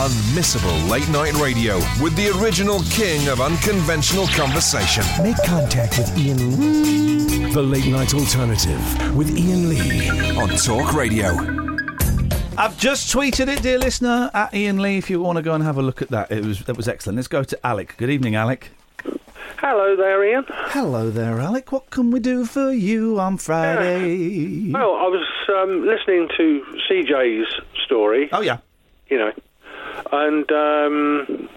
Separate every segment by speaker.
Speaker 1: Unmissable late night radio with the original king of unconventional conversation.
Speaker 2: Make contact with Ian Lee. The Late Night Alternative with Ian Lee on Talk Radio.
Speaker 3: I've just tweeted it, dear listener, at Ian Lee. If you want to go and have a look at that, it was that was excellent. Let's go to Alec. Good evening, Alec.
Speaker 4: Hello there, Ian.
Speaker 3: Hello there, Alec. What can we do for you on Friday?
Speaker 4: Well, I was um, listening to CJ's story.
Speaker 3: Oh yeah.
Speaker 4: You know, and um,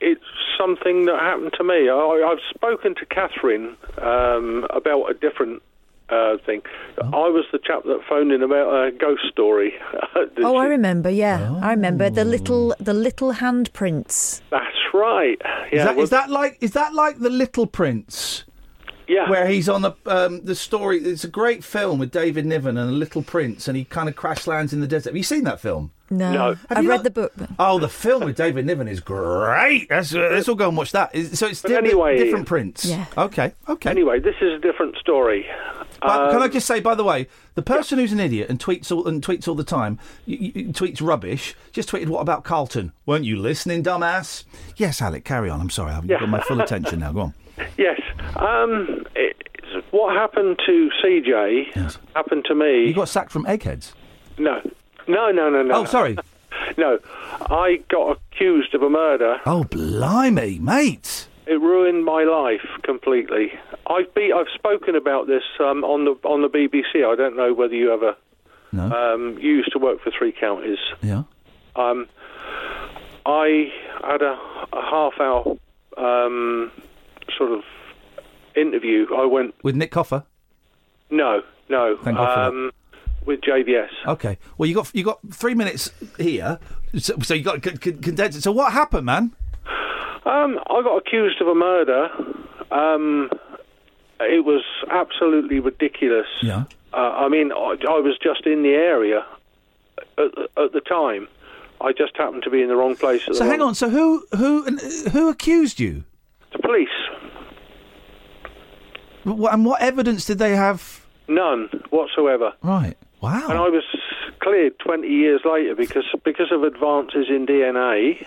Speaker 4: it's something that happened to me. I, I've spoken to Catherine um, about a different uh, thing.
Speaker 3: Oh.
Speaker 4: I was the chap that phoned in about a ghost story. Did
Speaker 5: Oh, I
Speaker 4: you?
Speaker 5: remember. Yeah, I remember
Speaker 3: Oh.
Speaker 5: the little the little handprints.
Speaker 4: That's right. Yeah.
Speaker 3: Is that,
Speaker 4: well,
Speaker 3: is that like is that like the Little Prince,
Speaker 4: yeah.
Speaker 3: where he's on the um, the story? It's a great film with David Niven and the Little Prince, and he kind of crash lands in the desert. Have you seen that film?
Speaker 5: No,
Speaker 4: No.
Speaker 3: Have
Speaker 5: I've
Speaker 3: you
Speaker 5: read
Speaker 3: not-
Speaker 5: the book.
Speaker 3: Oh, the film with David Niven is great. That's, uh, let's all go and watch that. Is, so it's
Speaker 4: But
Speaker 3: di-
Speaker 4: anyway-
Speaker 3: different Prince.
Speaker 5: Yeah.
Speaker 3: Okay. Okay.
Speaker 4: Anyway, this is a different story.
Speaker 3: But can
Speaker 4: Um,
Speaker 3: I just say, by the way, the person who's an idiot and tweets all and tweets all the time, y y tweets rubbish. Just tweeted, "What about Carlton? Weren't you listening, dumbass?" Yes, Alec, carry on. I'm sorry, I've
Speaker 4: Yeah.
Speaker 3: got my full attention now. Go on.
Speaker 4: Yes. Um, it's, what happened to CJ
Speaker 3: Yes.
Speaker 4: happened to me.
Speaker 3: You got sacked from Eggheads.
Speaker 4: No. No, no, no, no.
Speaker 3: Oh, sorry.
Speaker 4: No, I got accused of a murder.
Speaker 3: Oh, blimey, mate.
Speaker 4: It ruined my life completely. I've be, I've spoken about this um, on the on the BBC. I don't know whether you ever.
Speaker 3: No.
Speaker 4: Um, you used to work for three counties.
Speaker 3: yeah.
Speaker 4: Um, I had a, a half hour um, sort of interview. I went
Speaker 3: With Nick Coffer.
Speaker 4: no, no.
Speaker 3: Thank God for that.
Speaker 4: um, With JVS.
Speaker 3: Okay. Well, you got you got three minutes here, so, so you got to c- c- condense it. So what happened, man?
Speaker 4: Um, I got accused of a murder. Um, it was absolutely ridiculous.
Speaker 3: Yeah.
Speaker 4: Uh, I mean, I, I was just in the area at, the- at the time. I just happened to be in the wrong place. At
Speaker 3: So
Speaker 4: the
Speaker 3: hang
Speaker 4: wrong-
Speaker 3: on. So who who and, uh, who accused you?
Speaker 4: The police?
Speaker 3: Wh- And what evidence did they have?
Speaker 4: None whatsoever.
Speaker 3: Right. Wow.
Speaker 4: And I was cleared 20 years later because because of advances in DNA.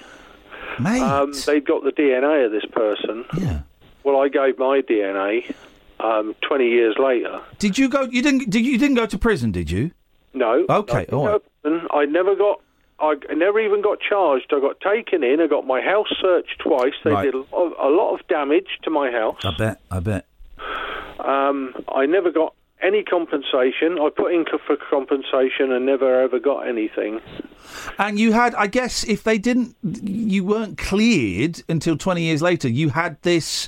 Speaker 3: Mate.
Speaker 4: Um, they got the DNA of this person.
Speaker 3: yeah.
Speaker 4: Well, I gave my DNA um, 20 years later.
Speaker 3: Did you go? You didn't. Did you, you didn't go to prison? Did you?
Speaker 4: No.
Speaker 3: Okay,
Speaker 4: I,
Speaker 3: all right.
Speaker 4: I never got. I never even got charged. I got taken in. I got my house searched twice. They
Speaker 3: Right.
Speaker 4: did a lot, of, a lot of damage to my house.
Speaker 3: bet. I bet.
Speaker 4: Um, I never got any compensation. I put in co- for compensation and never ever got anything.
Speaker 3: And you had. I guess if they didn't, you weren't cleared until twenty years later. You had this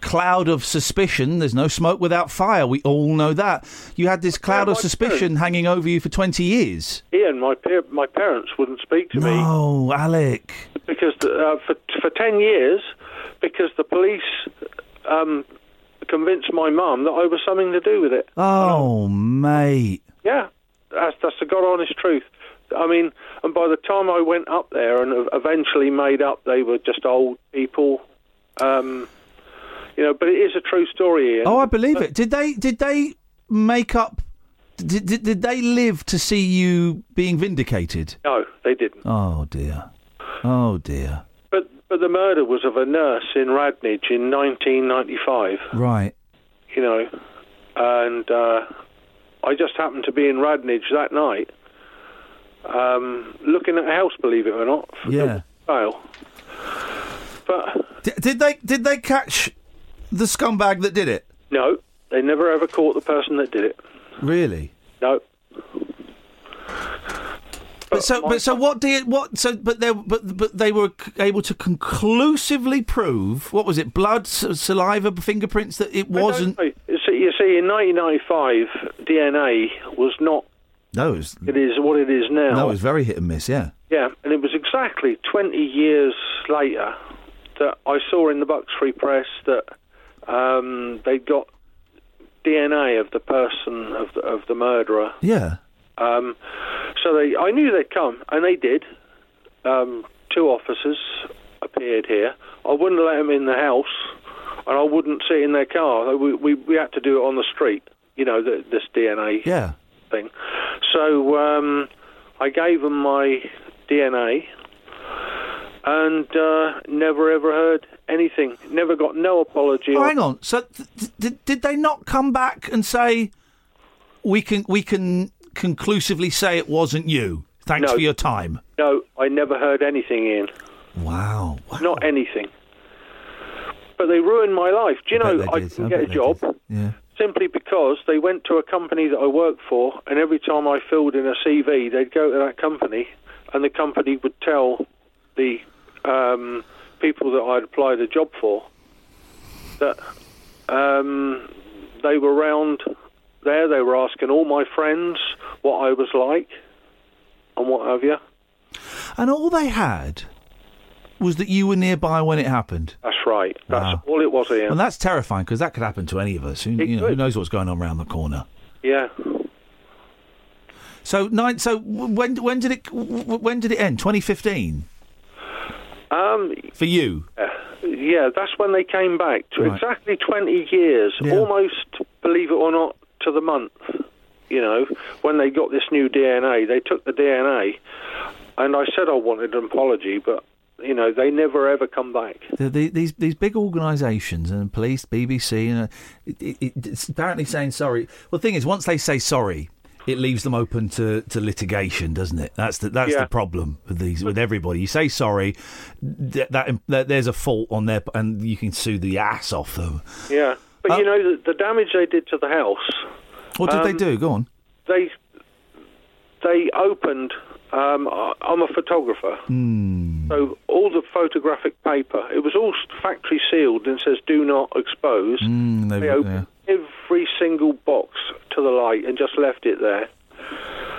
Speaker 3: cloud of suspicion. There's no smoke without fire. We all know that. You had this cloud
Speaker 4: Yeah,
Speaker 3: of
Speaker 4: I do.
Speaker 3: suspicion hanging over you for twenty years.
Speaker 4: Ian, my par- my parents wouldn't speak to me
Speaker 3: No, Alec.
Speaker 4: because the, uh, for for ten years because the police um, convinced my mum that I was something to do with it.
Speaker 3: Oh, mate.
Speaker 4: Yeah, that's that's the god honest truth. I mean, and by the time I went up there and ev- eventually made up, they were just old people. Um, you know, but it is a true story. Ian.
Speaker 3: Oh, I believe it. Did they? Did they make up? Did, did, did they live to see you being vindicated?
Speaker 4: no, they didn't.
Speaker 3: Oh dear. Oh dear.
Speaker 4: But but the murder was of a nurse in Radnage in 1995.
Speaker 3: Right.
Speaker 4: You know, and uh, I just happened to be in Radnage that night, um, looking at a house, believe it or not, for
Speaker 3: Yeah.
Speaker 4: sale. But
Speaker 3: D- did they did they catch the scumbag that did it?
Speaker 4: no, they never ever caught the person that did it.
Speaker 3: Really?
Speaker 4: No.
Speaker 3: But so, but so, what did what? So, but they, but but they were c- able to conclusively prove what was it? Blood, s- saliva, fingerprints that it wasn't.
Speaker 4: Hey, you see- You see, in 1995, DNA was not.
Speaker 3: No, it was,
Speaker 4: It is what it is now.
Speaker 3: no, it was very hit and miss. Yeah.
Speaker 4: Yeah, and it was exactly 20 years later that I saw in the Bucks-Free Press that um, they got DNA of the person of the, of the murderer.
Speaker 3: Yeah.
Speaker 4: Um, so they, I knew they'd come, and they did. Um, two officers appeared here. I wouldn't let them in the house, and I wouldn't sit in their car. We, we, we had to do it on the street. You know, the, this DNA
Speaker 3: Yeah.
Speaker 4: thing. So um, I gave them my DNA and uh, never ever heard anything. Never got no apology.
Speaker 3: Oh,
Speaker 4: or-
Speaker 3: hang on. So, th- th- did did they not come back and say we can we can conclusively say it wasn't you? Thanks
Speaker 4: No.
Speaker 3: for your time.
Speaker 4: No, I never heard anything, Ian.
Speaker 3: Wow.
Speaker 4: Not anything. But they ruined my life. Do you
Speaker 3: I bet
Speaker 4: know
Speaker 3: they
Speaker 4: I,
Speaker 3: did.
Speaker 4: didn't
Speaker 3: I
Speaker 4: get
Speaker 3: bet
Speaker 4: a
Speaker 3: they
Speaker 4: job
Speaker 3: did. Yeah.
Speaker 4: simply because they went to a company that I worked for, and every time I filled in a CV, they'd go to that company, and the company would tell the um, people that I'd applied a job for that um, they were round there. They were asking all my friends what I was like and what have you.
Speaker 3: And all they had was that you were nearby when it happened.
Speaker 4: That's right. That's
Speaker 3: Wow.
Speaker 4: all it was, Ian.
Speaker 3: And that's terrifying because that could happen to any of us. Who,
Speaker 4: It
Speaker 3: you know, who
Speaker 4: could.
Speaker 3: knows what's going on around the corner?
Speaker 4: yeah.
Speaker 3: So nine. So w- when when did it w- w- when did it end? 2015
Speaker 4: Um,
Speaker 3: for you.
Speaker 4: Yeah, that's when they came back. To
Speaker 3: Right.
Speaker 4: Exactly 20 years,
Speaker 3: Yeah.
Speaker 4: almost, believe it or not, to the month, you know, when they got this new DNA. They took the DNA, and I said I wanted an apology, but, you know, they never ever come back.
Speaker 3: The, the, these these big organisations and police, BBC, and uh, it, it, it's apparently saying sorry. Well, the thing is, once they say sorry, it leaves them open to, to litigation, doesn't it? That's the that's
Speaker 4: Yeah.
Speaker 3: the problem with these with everybody. You say sorry, th- that, that there's a fault on their p- and you can sue the ass off them.
Speaker 4: Yeah. But,
Speaker 3: Oh.
Speaker 4: you know, the, the damage they did to the house,
Speaker 3: What did they
Speaker 4: Um,
Speaker 3: do? Go on.
Speaker 4: they they opened. Um, I- I'm a photographer,
Speaker 3: Hmm.
Speaker 4: so all the photographic paper it was all s- factory sealed and says "Do not expose."
Speaker 3: Mm, they-
Speaker 4: they opened every single box to the light and just left it there.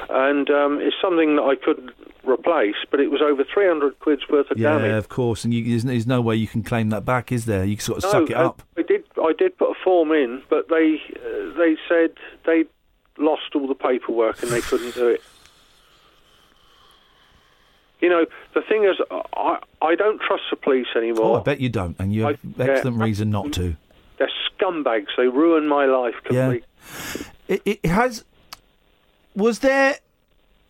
Speaker 4: And um, it's something that I could replace, but it was over 300 quid's worth of
Speaker 3: Yeah,
Speaker 4: damage.
Speaker 3: of course. And you, there's, there's no way you can claim that back, is there? You can sort of suck it
Speaker 4: I-
Speaker 3: up.
Speaker 4: I did. I did put a form in, but they uh, they said they lost all the paperwork and they couldn't do it. You know, the thing is, I I don't trust the police
Speaker 3: Oh,
Speaker 4: anymore.
Speaker 3: I bet you don't, and you have
Speaker 4: I- yeah.
Speaker 3: excellent reason not to.
Speaker 4: They're scumbags. They ruined my life
Speaker 3: Yeah.
Speaker 4: completely.
Speaker 3: It, it has. Was there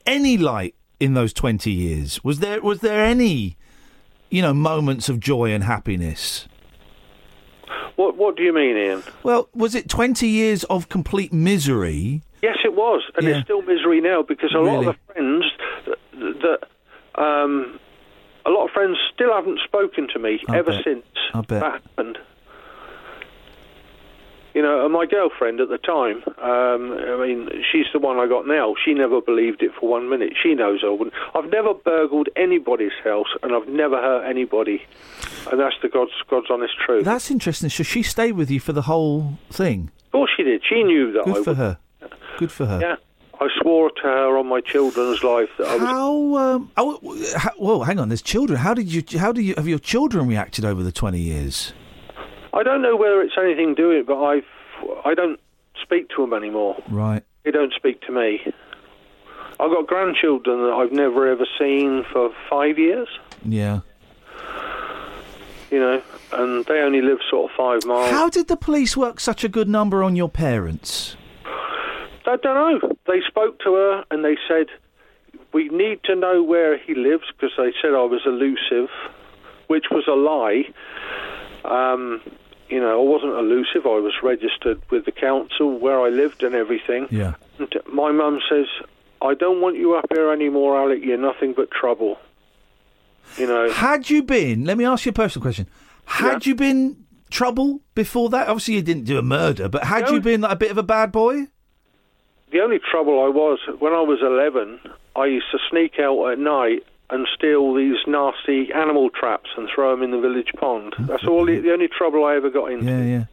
Speaker 3: any light in those twenty years? Was there was there any, you know, moments of joy and happiness?
Speaker 4: What What do you mean, Ian?
Speaker 3: Well, was it twenty years of complete misery?
Speaker 4: Yes, it was, and
Speaker 3: Yeah.
Speaker 4: it's still misery now because a lot
Speaker 3: Really?
Speaker 4: of the friends that, that um, a lot of friends still haven't spoken to me
Speaker 3: I
Speaker 4: ever
Speaker 3: bet.
Speaker 4: since
Speaker 3: I bet.
Speaker 4: that happened. You know, and my girlfriend at the time, um, I mean, she's the one I got now. She never believed it for one minute. She knows I wouldn't. I've never burgled anybody's house, and I've never hurt anybody, and that's the God's God's honest truth.
Speaker 3: That's interesting. So she stayed with you for the whole thing.
Speaker 4: of course, she did. She knew that I
Speaker 3: Good
Speaker 4: would.
Speaker 3: for her. Good for her.
Speaker 4: Yeah, I swore to her on my children's life that I was
Speaker 3: How? Um, oh, w- how- whoa, hang on. There's children. How did you? How do you? Have your children reacted over the twenty years?
Speaker 4: I don't know whether it's anything to do with it, but I've I don't speak to them anymore.
Speaker 3: Right.
Speaker 4: They don't speak to me. I've got grandchildren that I've never ever seen for five years,
Speaker 3: Yeah.
Speaker 4: you know, and they only live sort of five miles.
Speaker 3: How did the police work such a good number on your parents?
Speaker 4: I don't know. They spoke to her and they said, "We need to know where he lives," because they said I was elusive, which was a lie. Um, you know, I wasn't elusive. I was registered with the council where I lived and everything.
Speaker 3: Yeah.
Speaker 4: And my mum says, I don't want you up here anymore, Alec. You're nothing but trouble. You know,
Speaker 3: Had you been, let me ask you a personal question. Had you been trouble before that? Obviously, you didn't do a murder, but had
Speaker 4: No.
Speaker 3: you been like, a bit of a bad boy?
Speaker 4: the only trouble I was when I was 11, I used to sneak out at night and steal these nasty animal traps and throw them in the village pond. That's all the, the only trouble I ever got into.
Speaker 3: Yeah, yeah.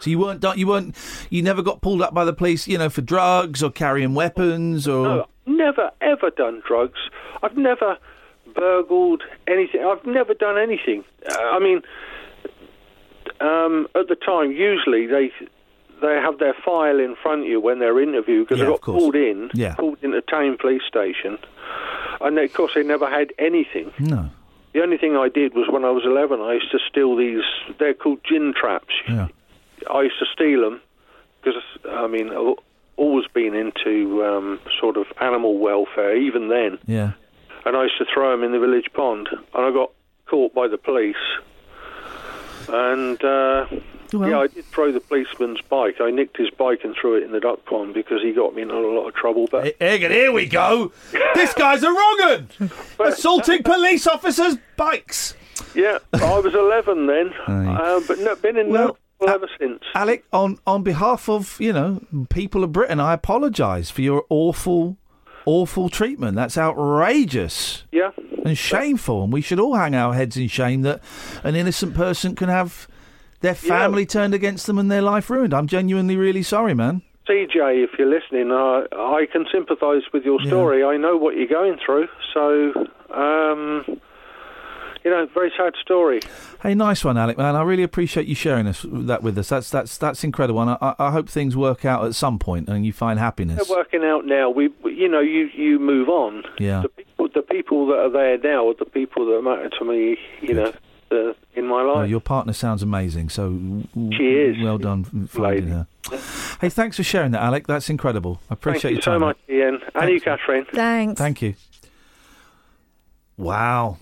Speaker 3: So you weren't, you weren't, you never got pulled up by the police, you know, for drugs or carrying weapons or.
Speaker 4: No, never ever done drugs. I've never burgled anything. I've never done anything. Uh, I mean, um, at the time, usually they they have their file in front of you when they're interviewed because
Speaker 3: Yeah,
Speaker 4: they
Speaker 3: of
Speaker 4: got
Speaker 3: course.
Speaker 4: pulled in,
Speaker 3: Yeah.
Speaker 4: pulled into town police station, and they, of course they never had anything.
Speaker 3: No.
Speaker 4: The only thing I did was when I was eleven, I used to steal these. They're called gin traps.
Speaker 3: Yeah.
Speaker 4: I used to steal them because I mean, I've always been into um, sort of animal welfare, even then.
Speaker 3: Yeah.
Speaker 4: And I used to throw them in the village pond, and I got caught by the police. And uh,
Speaker 3: Well-
Speaker 4: yeah, I did throw the policeman's bike. I nicked his bike and threw it in the duck pond because he got me in a lot of trouble. But
Speaker 3: Egg, and here we go. this guy's a wrong un. Assaulting police officers' bikes.
Speaker 4: yeah, I was 11 then,
Speaker 3: Aye.
Speaker 4: uh, but no, been in
Speaker 3: Well,
Speaker 4: no trouble
Speaker 3: uh,
Speaker 4: ever since.
Speaker 3: Alec, on, on behalf of, you know, people of Britain, I apologise for your awful, awful treatment. That's outrageous
Speaker 4: yeah,
Speaker 3: and shameful. And we should all hang our heads in shame that an innocent person can have their family turned against them and their life ruined. I'm genuinely really sorry, man.
Speaker 4: CJ, if you're listening, uh, I can sympathise with your story. I know what you're going through. So, um, you know, very sad story.
Speaker 3: Hey, nice one, Alec. Man, I really appreciate you sharing us that with us. That's that's that's incredible, and I- I, I hope things work out at some point and you find happiness.
Speaker 4: They're working out now. We, we- you know, you you move on.
Speaker 3: Yeah.
Speaker 4: The people, the people that are there now are the people that matter to me. You know, uh, in my
Speaker 3: Oh,
Speaker 4: life.
Speaker 3: your partner sounds amazing, so w- w-
Speaker 4: She is.
Speaker 3: Well done f- finding
Speaker 4: Lady.
Speaker 3: her. Hey, thanks for sharing that, Alec. That's incredible. I appreciate
Speaker 4: Thank you so
Speaker 3: your time.
Speaker 4: much, Ian, and you, Catherine.
Speaker 5: Thanks.
Speaker 3: Thank you. Wow,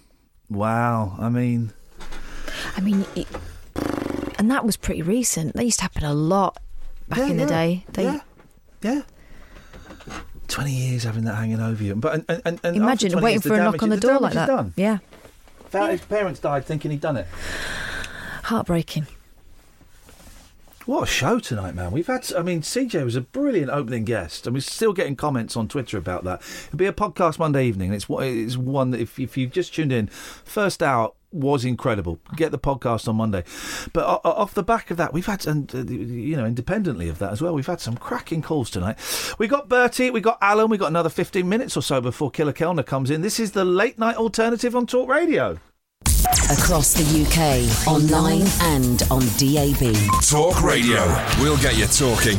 Speaker 3: wow. I mean,
Speaker 6: I mean, it, and that was pretty recent. That used to happen a lot back
Speaker 3: Yeah,
Speaker 6: in the
Speaker 3: yeah,
Speaker 6: day. They,
Speaker 3: yeah, yeah. Twenty years having that hanging over you, but and, and, and after
Speaker 6: Imagine
Speaker 3: 20
Speaker 6: waiting
Speaker 3: years,
Speaker 6: for a
Speaker 3: damage-
Speaker 6: knock on the, door
Speaker 3: damage
Speaker 6: like
Speaker 3: is
Speaker 6: that.
Speaker 3: Done.
Speaker 6: Yeah,
Speaker 3: Fa- His parents died thinking he'd done it.
Speaker 6: heartbreaking.
Speaker 3: What a show tonight, man. We've had, I mean, CJ was a brilliant opening guest, and we're still getting comments on Twitter about that. It'll be a podcast Monday evening. and It's, one- it's one that, if, if you've just tuned in, first hour was incredible. Get the podcast on Monday. But o- o- off the back of that, we've had, and uh, you know, independently of that as well, we've had some cracking calls tonight. We got Bertie, we got Alan, we got another 15 minutes or so before Killer Kellner comes in. This is the late night alternative on Talk Radio.
Speaker 7: Across the UK, online and on DAB.
Speaker 1: Talk radio. We'll get you talking.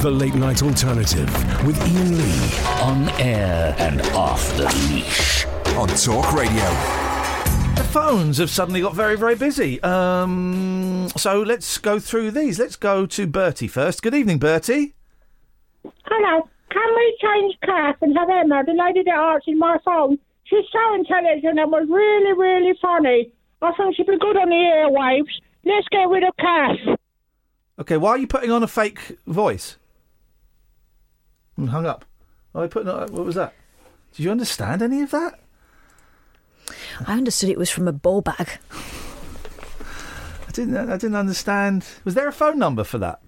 Speaker 2: The late night alternative with Ian Lee.
Speaker 8: On air and off the leash.
Speaker 1: On Talk Radio.
Speaker 3: The phones have suddenly got very, very busy. Um, so let's go through these. Let's go to Bertie first. Good evening, Bertie.
Speaker 6: Hello, can we change class and have Emma, the lady that answered my phone? She's so intelligent and was really, really funny. I think she'd be good on the airwaves. Let's get rid of Cass.
Speaker 3: Okay, why are you putting on a fake voice? Hmm, hung up. Oh, I put on, what was that? Did you understand any of that?
Speaker 6: I understood it was from a ball bag.
Speaker 3: I didn't. I didn't understand. Was there a phone number for that?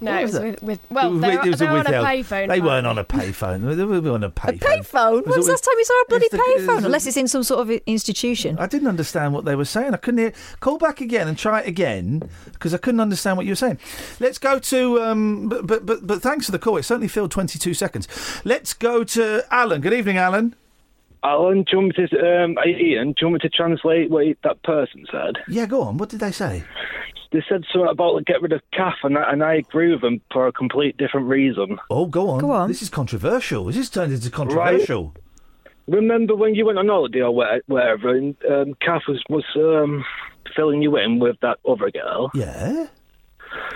Speaker 9: No,
Speaker 3: What
Speaker 9: it
Speaker 3: was
Speaker 9: was with,
Speaker 3: it?
Speaker 9: with well,
Speaker 3: It was
Speaker 9: they
Speaker 3: with-
Speaker 9: were,
Speaker 3: it was
Speaker 9: they
Speaker 3: a
Speaker 9: were on a
Speaker 3: withheld.
Speaker 9: payphone.
Speaker 3: They
Speaker 9: right?
Speaker 3: weren't on a payphone. They were on a payphone.
Speaker 5: Payphone? When was the
Speaker 3: always-
Speaker 5: last time you saw a bloody
Speaker 3: it's the- it was
Speaker 5: payphone? Unless
Speaker 3: always-
Speaker 5: it's in some sort of institution.
Speaker 3: I didn't understand what they were saying. I couldn't hear. Call back again and try it again because I couldn't understand what you were saying. Let's go to. Um, but, but but but thanks for the call. It certainly filled 22 seconds. Let's go to Alan. Good evening, Alan.
Speaker 10: Alan, do you want me to, um, Ian, do you want me to translate what he- that person said?
Speaker 3: Yeah, go on. What did they say?
Speaker 10: They said something about like, get rid of calf, and I, and I agree with them for a complete different reason.
Speaker 3: Oh, go on. Go on. This is controversial. This has turned into controversial.
Speaker 10: Remember when you went on holiday or where- wherever, and um, calf was was um, filling you in with that other girl?
Speaker 3: Yeah.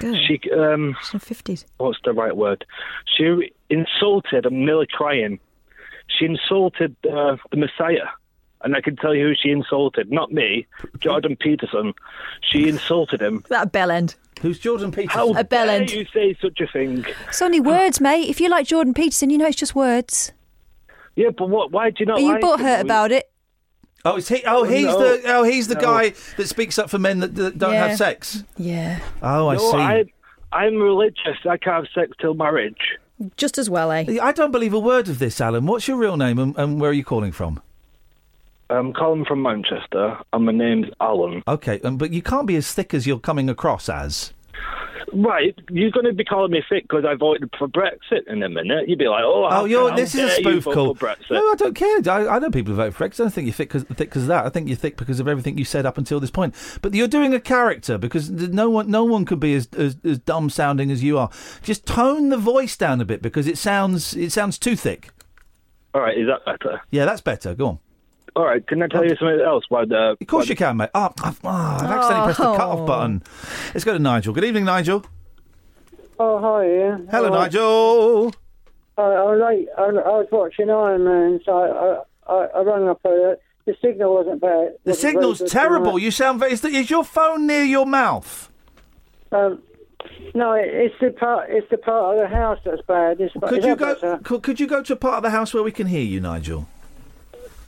Speaker 10: She um,
Speaker 5: fifties.
Speaker 10: What's the right word? She insulted. I'm nearly crying. She insulted uh, the Messiah, and I can tell you who she insulted. Not me, Jordan Peterson. She insulted him.
Speaker 5: That a bell end.
Speaker 3: Who's Jordan Peterson?
Speaker 10: How
Speaker 5: A bell
Speaker 10: dare
Speaker 5: end.
Speaker 10: you say such a thing?
Speaker 5: It's only words, mate. If you like Jordan Peterson, you know it's just words.
Speaker 10: Yeah, but what? Why do you not?
Speaker 5: Are you
Speaker 10: like
Speaker 5: butthurt
Speaker 10: him?
Speaker 5: about it?
Speaker 3: Oh, it's he. Oh, he's
Speaker 10: No.
Speaker 3: the. Oh, he's the
Speaker 10: No.
Speaker 3: guy that speaks up for men that, that don't
Speaker 5: Yeah.
Speaker 3: have sex.
Speaker 5: Yeah.
Speaker 3: Oh, I
Speaker 10: no,
Speaker 3: see.
Speaker 10: I'm, I'm religious. I can't have sex till marriage.
Speaker 5: Just as well, eh?
Speaker 3: I don't believe a word of this, Alan. What's your real name and, and where are you calling from?
Speaker 10: I'm Um, calling from Manchester, and my name's Alan.
Speaker 3: Okay, um, but you can't be as thick as you're coming across as.
Speaker 10: Right, you're going to be calling me thick because I voted for Brexit in a minute. You'd be like, oh, how
Speaker 3: oh, you're,
Speaker 10: can-
Speaker 3: this
Speaker 10: how
Speaker 3: is a
Speaker 10: dare you
Speaker 3: spoof
Speaker 10: vote
Speaker 3: call.
Speaker 10: For Brexit.
Speaker 3: No, I don't care. I, I know people who vote for Brexit. I don't think you're thick because thick 'cause of that. I think you're thick because of everything you said up until this point. But you're doing a character because th- no one, no one could be as, as, as dumb sounding as you are. Just tone the voice down a bit because it sounds it sounds too thick.
Speaker 10: All right, is that better?
Speaker 3: Yeah, that's better. Go on.
Speaker 10: All right, can I tell you something else? Uh, Why the,
Speaker 3: Of course you can, mate. Oh, I've, oh, I've accidentally pressed the cut
Speaker 10: Oh.
Speaker 3: off button. Let's go to Nigel. Good evening, Nigel.
Speaker 11: Oh, hi, Ian.
Speaker 3: Hello,
Speaker 11: Hi.
Speaker 3: Nigel.
Speaker 11: I, I, like, I, I was watching Iron Man, so I, I, I rang up. Uh, the signal wasn't bad.
Speaker 3: The signal's terrible. You sound very. Is, the, is your phone near your mouth?
Speaker 11: Um, no, it, it's the part. It's the part of the house that's bad. It's,
Speaker 3: Could
Speaker 11: is
Speaker 3: you
Speaker 11: that
Speaker 3: go?
Speaker 11: better?
Speaker 3: Could, could you go to a part of the house where we can hear you, Nigel?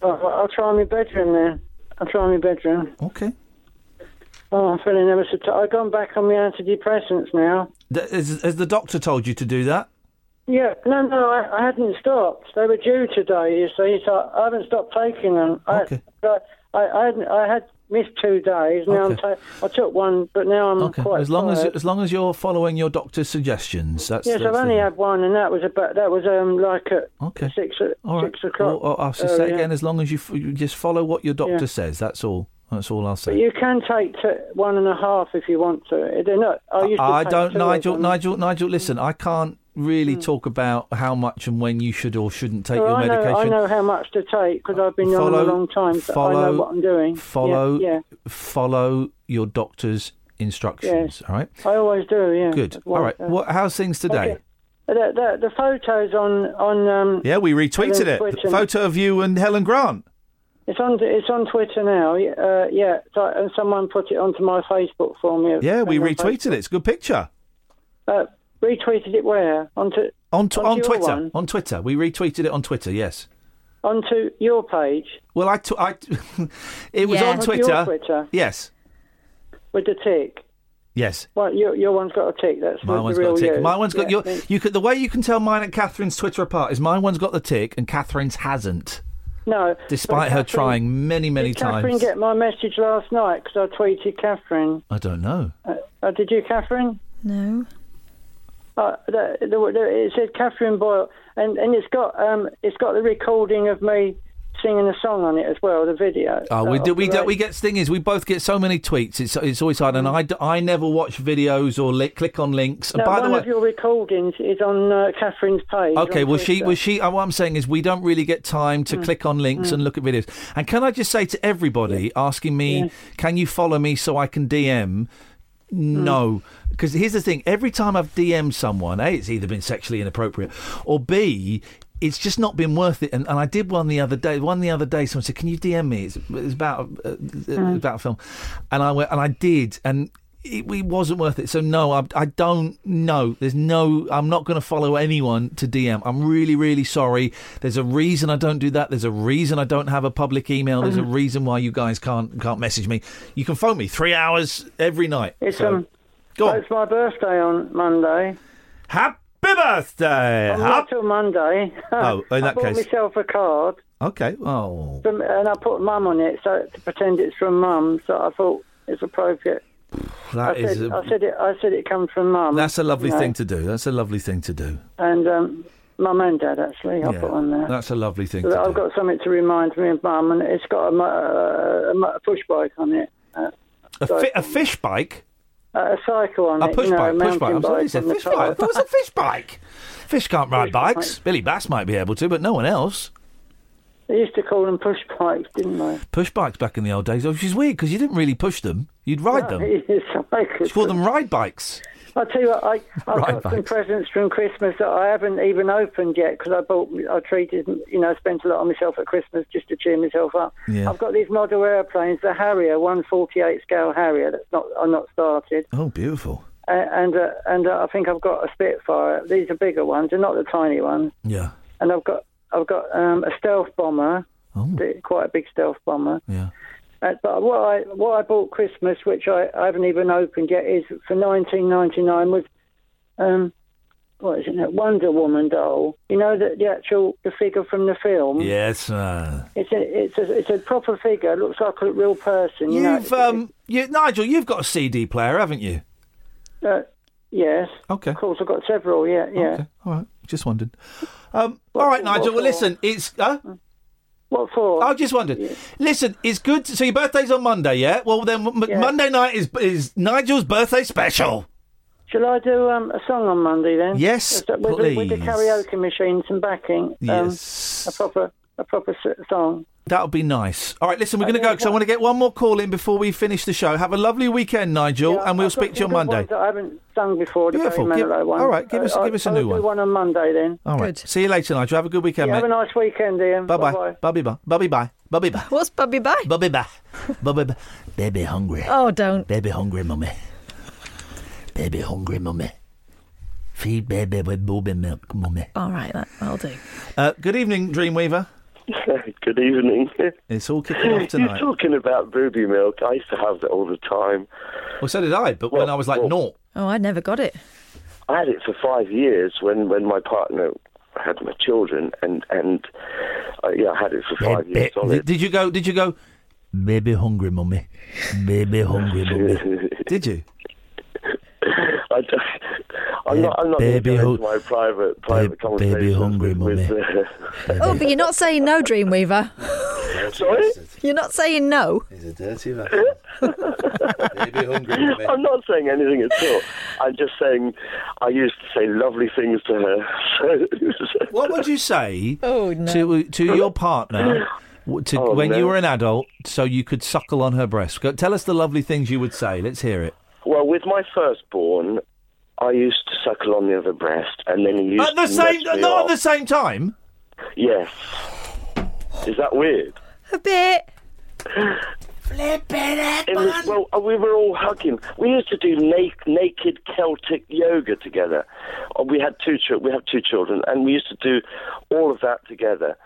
Speaker 11: I, I- I'll try my bedroom then. I'll try my bedroom.
Speaker 3: Okay.
Speaker 11: Oh, I'm feeling ever so. T- I've gone back on my antidepressants now.
Speaker 3: Th- Has, has the doctor told you to do that?
Speaker 11: Yeah, no, no, I, I hadn't stopped. They were due today, you see, so I haven't stopped taking them. I,
Speaker 3: Okay.
Speaker 11: but I, I, hadn't, I had missed two days. Now
Speaker 3: Okay.
Speaker 11: I'm ta- I took one, but now I'm
Speaker 3: Okay.
Speaker 11: Mm, quite
Speaker 3: As long as
Speaker 11: tired.
Speaker 3: as long as you're following your doctor's suggestions, that's
Speaker 11: yes, I've
Speaker 3: that's the-
Speaker 11: only had one, and that was about that was um like at
Speaker 3: Okay.
Speaker 11: six
Speaker 3: All right.
Speaker 11: six o'clock.
Speaker 3: Or, I'll say
Speaker 11: earlier.
Speaker 3: again. As long as you, f- you just follow what your doctor
Speaker 11: Yeah.
Speaker 3: says, that's all. That's all I'll say.
Speaker 11: But you can take t- one and a half if you want to. They're not. I, used to
Speaker 3: I
Speaker 11: take
Speaker 3: don't,
Speaker 11: two of
Speaker 3: Nigel.
Speaker 11: them.
Speaker 3: Nigel, Nigel. Listen, I can't really talk about how much and when you should or shouldn't take
Speaker 11: Well,
Speaker 3: your
Speaker 11: Hmm. Oh, I know,
Speaker 3: medication.
Speaker 11: I know how much to take because I've been on
Speaker 3: Follow-
Speaker 11: them a long time. So I know
Speaker 3: follow-
Speaker 11: what I'm doing. Yeah,
Speaker 3: Follow,
Speaker 11: yeah.
Speaker 3: follow your doctor's instructions. All right.
Speaker 11: I always do, yeah. uh,
Speaker 3: Good.
Speaker 11: That's why
Speaker 3: All right.
Speaker 11: I-
Speaker 3: What? How's things today?
Speaker 11: Okay. The, the, the photos on on um,
Speaker 3: Yeah, we retweeted
Speaker 11: Helen's
Speaker 3: it.
Speaker 11: Twitter.
Speaker 3: Photo of you and Helen Grant.
Speaker 11: it's on it's on Twitter now. yeah, Uh, yeah, so, and someone put it onto my Facebook for me.
Speaker 3: Yeah, we
Speaker 11: Hang on,
Speaker 3: retweeted it. It's a good picture.
Speaker 11: Facebook. Uh, retweeted it where onto
Speaker 3: On, tw- on
Speaker 11: onto your
Speaker 3: Twitter.
Speaker 11: one?
Speaker 3: On Twitter. We retweeted it on Twitter, yes.
Speaker 11: onto your page
Speaker 3: Well, I, t- I- it was
Speaker 11: Yeah.
Speaker 3: on
Speaker 11: Onto
Speaker 3: Twitter.
Speaker 11: your Twitter.
Speaker 3: Yes,
Speaker 11: with the tick.
Speaker 3: yes.
Speaker 11: Well, your your one's got a tick. That's
Speaker 3: My
Speaker 11: the
Speaker 3: one's
Speaker 11: real
Speaker 3: got a tick.
Speaker 11: you.
Speaker 3: My one's got
Speaker 11: Yeah,
Speaker 3: your. You could, the way you can tell mine and Catherine's Twitter apart is my one's got the tick and Catherine's hasn't,
Speaker 11: No,
Speaker 3: despite her
Speaker 11: but Catherine-
Speaker 3: trying many, many
Speaker 11: Did Catherine
Speaker 3: times.
Speaker 11: get my message last night because I tweeted Catherine.
Speaker 3: I don't know.
Speaker 11: Uh, uh, did you, Catherine? No. Uh, the, the, the, it said Catherine Boyle, and, and it's got um, it's got the recording of me singing a song on it as well, the video.
Speaker 3: Oh, we
Speaker 11: Uh,
Speaker 3: do. We do,
Speaker 11: right.
Speaker 3: we get thing is we both get so many tweets. It's it's always hard, and I, d- I never watch videos or li- click on links. And
Speaker 11: Mm. No,
Speaker 3: by
Speaker 11: one
Speaker 3: the way,
Speaker 11: of your recordings is on uh, Catherine's page.
Speaker 3: Okay,
Speaker 11: on
Speaker 3: well, she,
Speaker 11: Twitter.
Speaker 3: well, she. uh, What I'm saying is, we don't really get time to
Speaker 11: Mm.
Speaker 3: click on links
Speaker 11: Mm.
Speaker 3: and look at videos. And can I just say to everybody asking me, "Can you follow me so I can DM?" No, because here's the thing: every time I've DM'd someone, a, it's either been sexually inappropriate, or b, it's just not been worth it. And, and I did one the other day. One the other day, someone said, "Can you DM me?" It's, it's about uh, uh,
Speaker 12: Mm.
Speaker 3: about a film, and I went and I did, and it, it wasn't worth it. So no, I, I don't know. There's no. I'm not going to follow anyone to DM. I'm really, really sorry. There's a reason I don't do that. There's a reason I don't have a public email. There's a
Speaker 11: Mhm.
Speaker 3: reason why you guys can't can't message me. You can phone me three hours every night.
Speaker 11: It's
Speaker 3: So-
Speaker 11: um,
Speaker 3: Go on.
Speaker 11: It's my birthday on Monday.
Speaker 3: Happy birthday!
Speaker 11: I'm
Speaker 3: Hap-
Speaker 11: not till Monday.
Speaker 3: Oh, in
Speaker 11: I
Speaker 3: that
Speaker 11: bought
Speaker 3: case-
Speaker 11: myself a card
Speaker 3: okay. Oh,
Speaker 11: from, and I put mum on it so to pretend it's from mum. So I thought it's appropriate.
Speaker 3: that
Speaker 11: I,
Speaker 3: is
Speaker 11: said,
Speaker 3: a,
Speaker 11: I said it. I said it comes from mum.
Speaker 3: that's a lovely
Speaker 11: you know.
Speaker 3: thing to do. That's a lovely thing to do.
Speaker 11: And um, mum and dad actually, I
Speaker 3: Yeah.
Speaker 11: put on there.
Speaker 3: That's a lovely thing.
Speaker 11: So
Speaker 3: to
Speaker 11: that I've got something to remind me of mum, and it's got a, mo- uh, a, mo- a push bike on it. Uh,
Speaker 3: A, fi- a fish bike,
Speaker 11: a cycle on
Speaker 3: a
Speaker 11: it,
Speaker 3: push
Speaker 11: you know,
Speaker 3: bike,
Speaker 11: a
Speaker 3: push bike.
Speaker 11: mountain
Speaker 3: I'm sorry, it's a
Speaker 11: on the
Speaker 3: fish
Speaker 11: top.
Speaker 3: bike. I thought it was a fish bike. Fish can't ride bikes. Billy Bass might be able to, but no one else.
Speaker 11: They used to call them push bikes, didn't they?
Speaker 3: Push bikes back in the old days, which is weird because you didn't really push them. You'd ride
Speaker 11: No,
Speaker 3: them.
Speaker 11: it's
Speaker 3: You called them ride bikes.
Speaker 11: I tell you what, I, I've
Speaker 3: Right,
Speaker 11: got some
Speaker 3: thanks.
Speaker 11: presents from Christmas that I haven't even opened yet because I bought, I treated, you know, spent a lot on myself at Christmas just to cheer myself up.
Speaker 3: Yeah.
Speaker 11: I've got these model airplanes, the Harrier 148 scale Harrier that's not, I'm not started,
Speaker 3: Oh, beautiful.
Speaker 11: uh, and uh, and uh, I think I've got a Spitfire. These are bigger ones, they're not the tiny ones,
Speaker 3: Yeah.
Speaker 11: and I've got I've got um, a stealth bomber,
Speaker 3: Oh.
Speaker 11: the- quite a big stealth bomber.
Speaker 3: Yeah.
Speaker 11: Uh, but what I what I bought Christmas, which I, I haven't even opened yet, is for 1999 was um, what is it? now? Wonder Woman doll. You know that the actual the figure from the film.
Speaker 3: Yes. Uh...
Speaker 11: It's a it's a it's a proper figure. It looks like a real person. You
Speaker 3: You've um, you, Nigel, you've got a CD player, haven't you?
Speaker 11: know. Uh, yes.
Speaker 3: Okay.
Speaker 11: Of course, I've got several. Yeah. Yeah.
Speaker 3: Okay. All right. Just wondered. Um, all right, Nigel. Well, listen, it's. Huh?
Speaker 11: Mm-hmm. What for?
Speaker 3: I just wondered. Listen, it's good. To, so your birthday's on Monday, yeah? Well, then m- Monday night is is Nigel's birthday special.
Speaker 11: Shall I do um, a song on Monday then?
Speaker 3: Yes,
Speaker 11: with, the- with, the- with the
Speaker 3: please.
Speaker 11: karaoke machine, some backing. Um,
Speaker 3: Yes.
Speaker 11: A proper a proper s- song.
Speaker 3: That would be nice. All right, listen, we're going to go because I want to get one more call in before we finish the show. Have a lovely weekend, Nigel, Oh, and we'll
Speaker 11: I've got
Speaker 3: speak to you
Speaker 11: some
Speaker 3: on
Speaker 11: good
Speaker 3: Monday.
Speaker 11: ones that I haven't sung before. The
Speaker 3: Beautiful.
Speaker 11: Barry
Speaker 3: Give-
Speaker 11: Manilow one.
Speaker 3: all right, give us-
Speaker 11: I-
Speaker 3: give us a
Speaker 11: I'll
Speaker 3: new
Speaker 11: do
Speaker 3: one.
Speaker 11: on Monday then.
Speaker 3: All right. See you later, Nigel. Have a good weekend,
Speaker 11: Yeah, have a
Speaker 3: mate.
Speaker 11: nice weekend, Ian.
Speaker 3: Bye
Speaker 11: Bye-bye.
Speaker 3: bye. Bubby bye. Bubby bye. Bubby bye.
Speaker 5: What's Bubby Bye?
Speaker 3: Bubby bye. Bubby bye. Baby hungry.
Speaker 5: Oh, don't.
Speaker 3: Baby hungry, mummy. Baby hungry, mummy. Feed baby with booby milk, mummy.
Speaker 5: All right, that, that'll do.
Speaker 3: Uh, good evening, Dreamweaver.
Speaker 9: Good evening.
Speaker 3: It's all kicking off
Speaker 9: You're
Speaker 3: tonight.
Speaker 9: talking about booby milk. I used to have that all the time.
Speaker 3: Well, so did I, but when I was like naught.
Speaker 5: Oh, I never got it.
Speaker 9: I had it for five years when, when my partner had my children, and and uh, yeah, I had it for five years solid.
Speaker 3: Did you go? Did you go? Baby hungry, mummy. Baby hungry, mummy. did you?
Speaker 9: I don't- I'm not. I'm not going to
Speaker 3: Baby
Speaker 9: go
Speaker 3: hu-
Speaker 9: into my private private conversation. Baby hungry, with, with,
Speaker 5: Oh, but you're not saying no, Dreamweaver.
Speaker 9: uh, Sorry.
Speaker 5: You're not saying no.
Speaker 3: He's a
Speaker 9: uh,
Speaker 3: dirty man.
Speaker 9: Baby hungry, I'm not saying anything at all. I'm just saying I used to say lovely things to her. So,
Speaker 3: What would you say
Speaker 5: oh, no.
Speaker 3: to to your partner w- to,
Speaker 9: Oh,
Speaker 3: when you
Speaker 9: no.
Speaker 3: were an adult so you could suckle on her breast? Go, tell us the lovely things you would say. Let's hear it.
Speaker 9: Well, with my firstborn, I used to suckle on the other breast, and then he used
Speaker 3: At the
Speaker 9: to
Speaker 3: same,
Speaker 9: nudge me
Speaker 3: not at the
Speaker 9: off.
Speaker 3: same time.
Speaker 9: Yes. Is that weird?
Speaker 5: A bit.
Speaker 9: It was, well, uh, we were all hugging. We used to do na- naked Celtic yoga together. Uh, We had two chil- we have two children, and we used to do all of that together.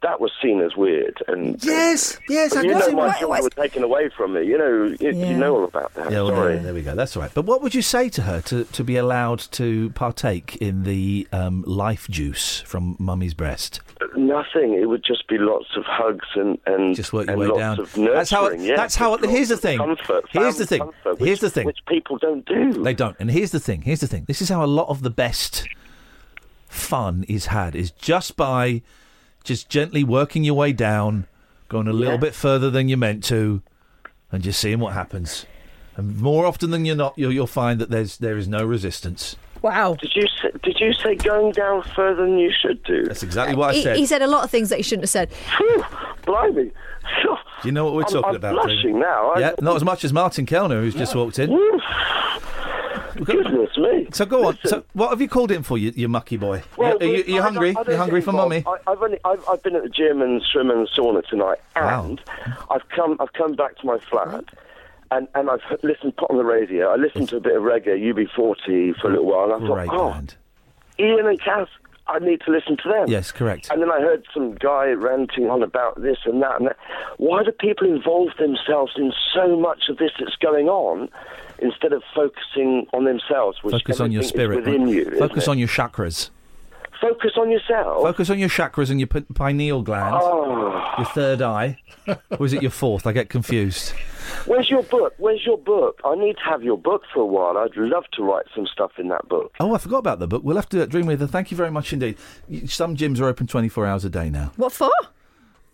Speaker 9: That was seen as weird, and
Speaker 3: Yes, yes,
Speaker 9: you know my children were taken away from me. You know, you, you know all about that.
Speaker 3: Yeah, well,
Speaker 9: Sorry.
Speaker 3: there, there we go. That's all right. But what would you say to her to, to be allowed to partake in the um, life juice from mummy's breast?
Speaker 9: Nothing. It would just be lots of hugs and and just work
Speaker 3: your
Speaker 9: and
Speaker 3: way
Speaker 9: lots
Speaker 3: down.
Speaker 9: Of nurturing.
Speaker 3: That's how it-
Speaker 9: yes,
Speaker 3: that's how it-
Speaker 9: lots
Speaker 3: here's the
Speaker 9: of
Speaker 3: thing.
Speaker 9: Comfort.
Speaker 3: Here's
Speaker 9: family
Speaker 3: the thing.
Speaker 9: comfort,
Speaker 3: Here's
Speaker 9: which-
Speaker 3: the thing.
Speaker 9: Which people don't do.
Speaker 3: They don't. And here's the thing. Here's the thing. This is how a lot of the best fun is had is just by just gently working your way down, going a little bit further than you meant to, and just seeing what happens. And more often than you're not, you'll, you'll find that there's there is no resistance.
Speaker 5: Wow.
Speaker 9: Did you say, did you say going down further than you should do?
Speaker 3: That's exactly what I
Speaker 5: He,
Speaker 3: said.
Speaker 5: he said a lot of things that he shouldn't have said.
Speaker 9: Blimey.
Speaker 3: Do you know what we're
Speaker 9: I'm-
Speaker 3: talking
Speaker 9: I'm
Speaker 3: about?
Speaker 9: blushing
Speaker 3: David?
Speaker 9: now. I- Mm.
Speaker 3: Yeah, not as much as Martin Kellner, who's just walked in.
Speaker 9: Goodness me.
Speaker 3: So go on. So what have you called in for, you, you mucky boy? are you, are you
Speaker 9: I- I
Speaker 3: hungry?
Speaker 9: don't- I don't
Speaker 3: you hungry
Speaker 9: get
Speaker 3: for
Speaker 9: involved.
Speaker 3: mummy?
Speaker 9: I, I've only I've, I've been at the gym and swim and sauna tonight, and I've come I've come back to my flat, and and I've h- listened put on the radio. I listened to a bit of reggae, UB40, for a little while, and I thought, oh,
Speaker 3: Great
Speaker 9: Ian and Kath I need to listen to them.
Speaker 3: Yes, correct.
Speaker 9: And then I heard some guy ranting on about this and that and that. Why do people involve themselves in so much of this that's going on instead of focusing on themselves? Which
Speaker 3: Focus on your
Speaker 9: everything is
Speaker 3: spirit.
Speaker 9: within
Speaker 3: right?
Speaker 9: you. isn't
Speaker 3: Focus
Speaker 9: it?
Speaker 3: on your chakras.
Speaker 9: Focus on yourself.
Speaker 3: Focus on your chakras and your p- pineal gland.
Speaker 9: Ah.
Speaker 3: Your third eye. or is it your fourth? I get confused.
Speaker 9: Where's your book? Where's your book? I need to have your book for a while. I'd love to write some stuff in that book.
Speaker 3: Oh, I forgot about the book. We'll have to do that. Dreamweaver, thank you very much indeed. Y- Some gyms are open 24 hours a day now.
Speaker 5: What for?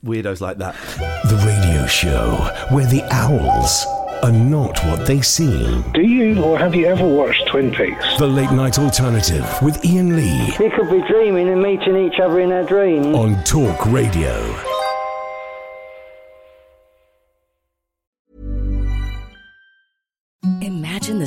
Speaker 3: Weirdos like that.
Speaker 2: The radio show where the owls are not what they seem.
Speaker 12: Do you or have you ever watched Twin Peaks?
Speaker 2: The late night alternative with Ian Lee
Speaker 11: We could be dreaming and meeting each other in our dreams.
Speaker 2: on Talk Radio.
Speaker 7: Imagine the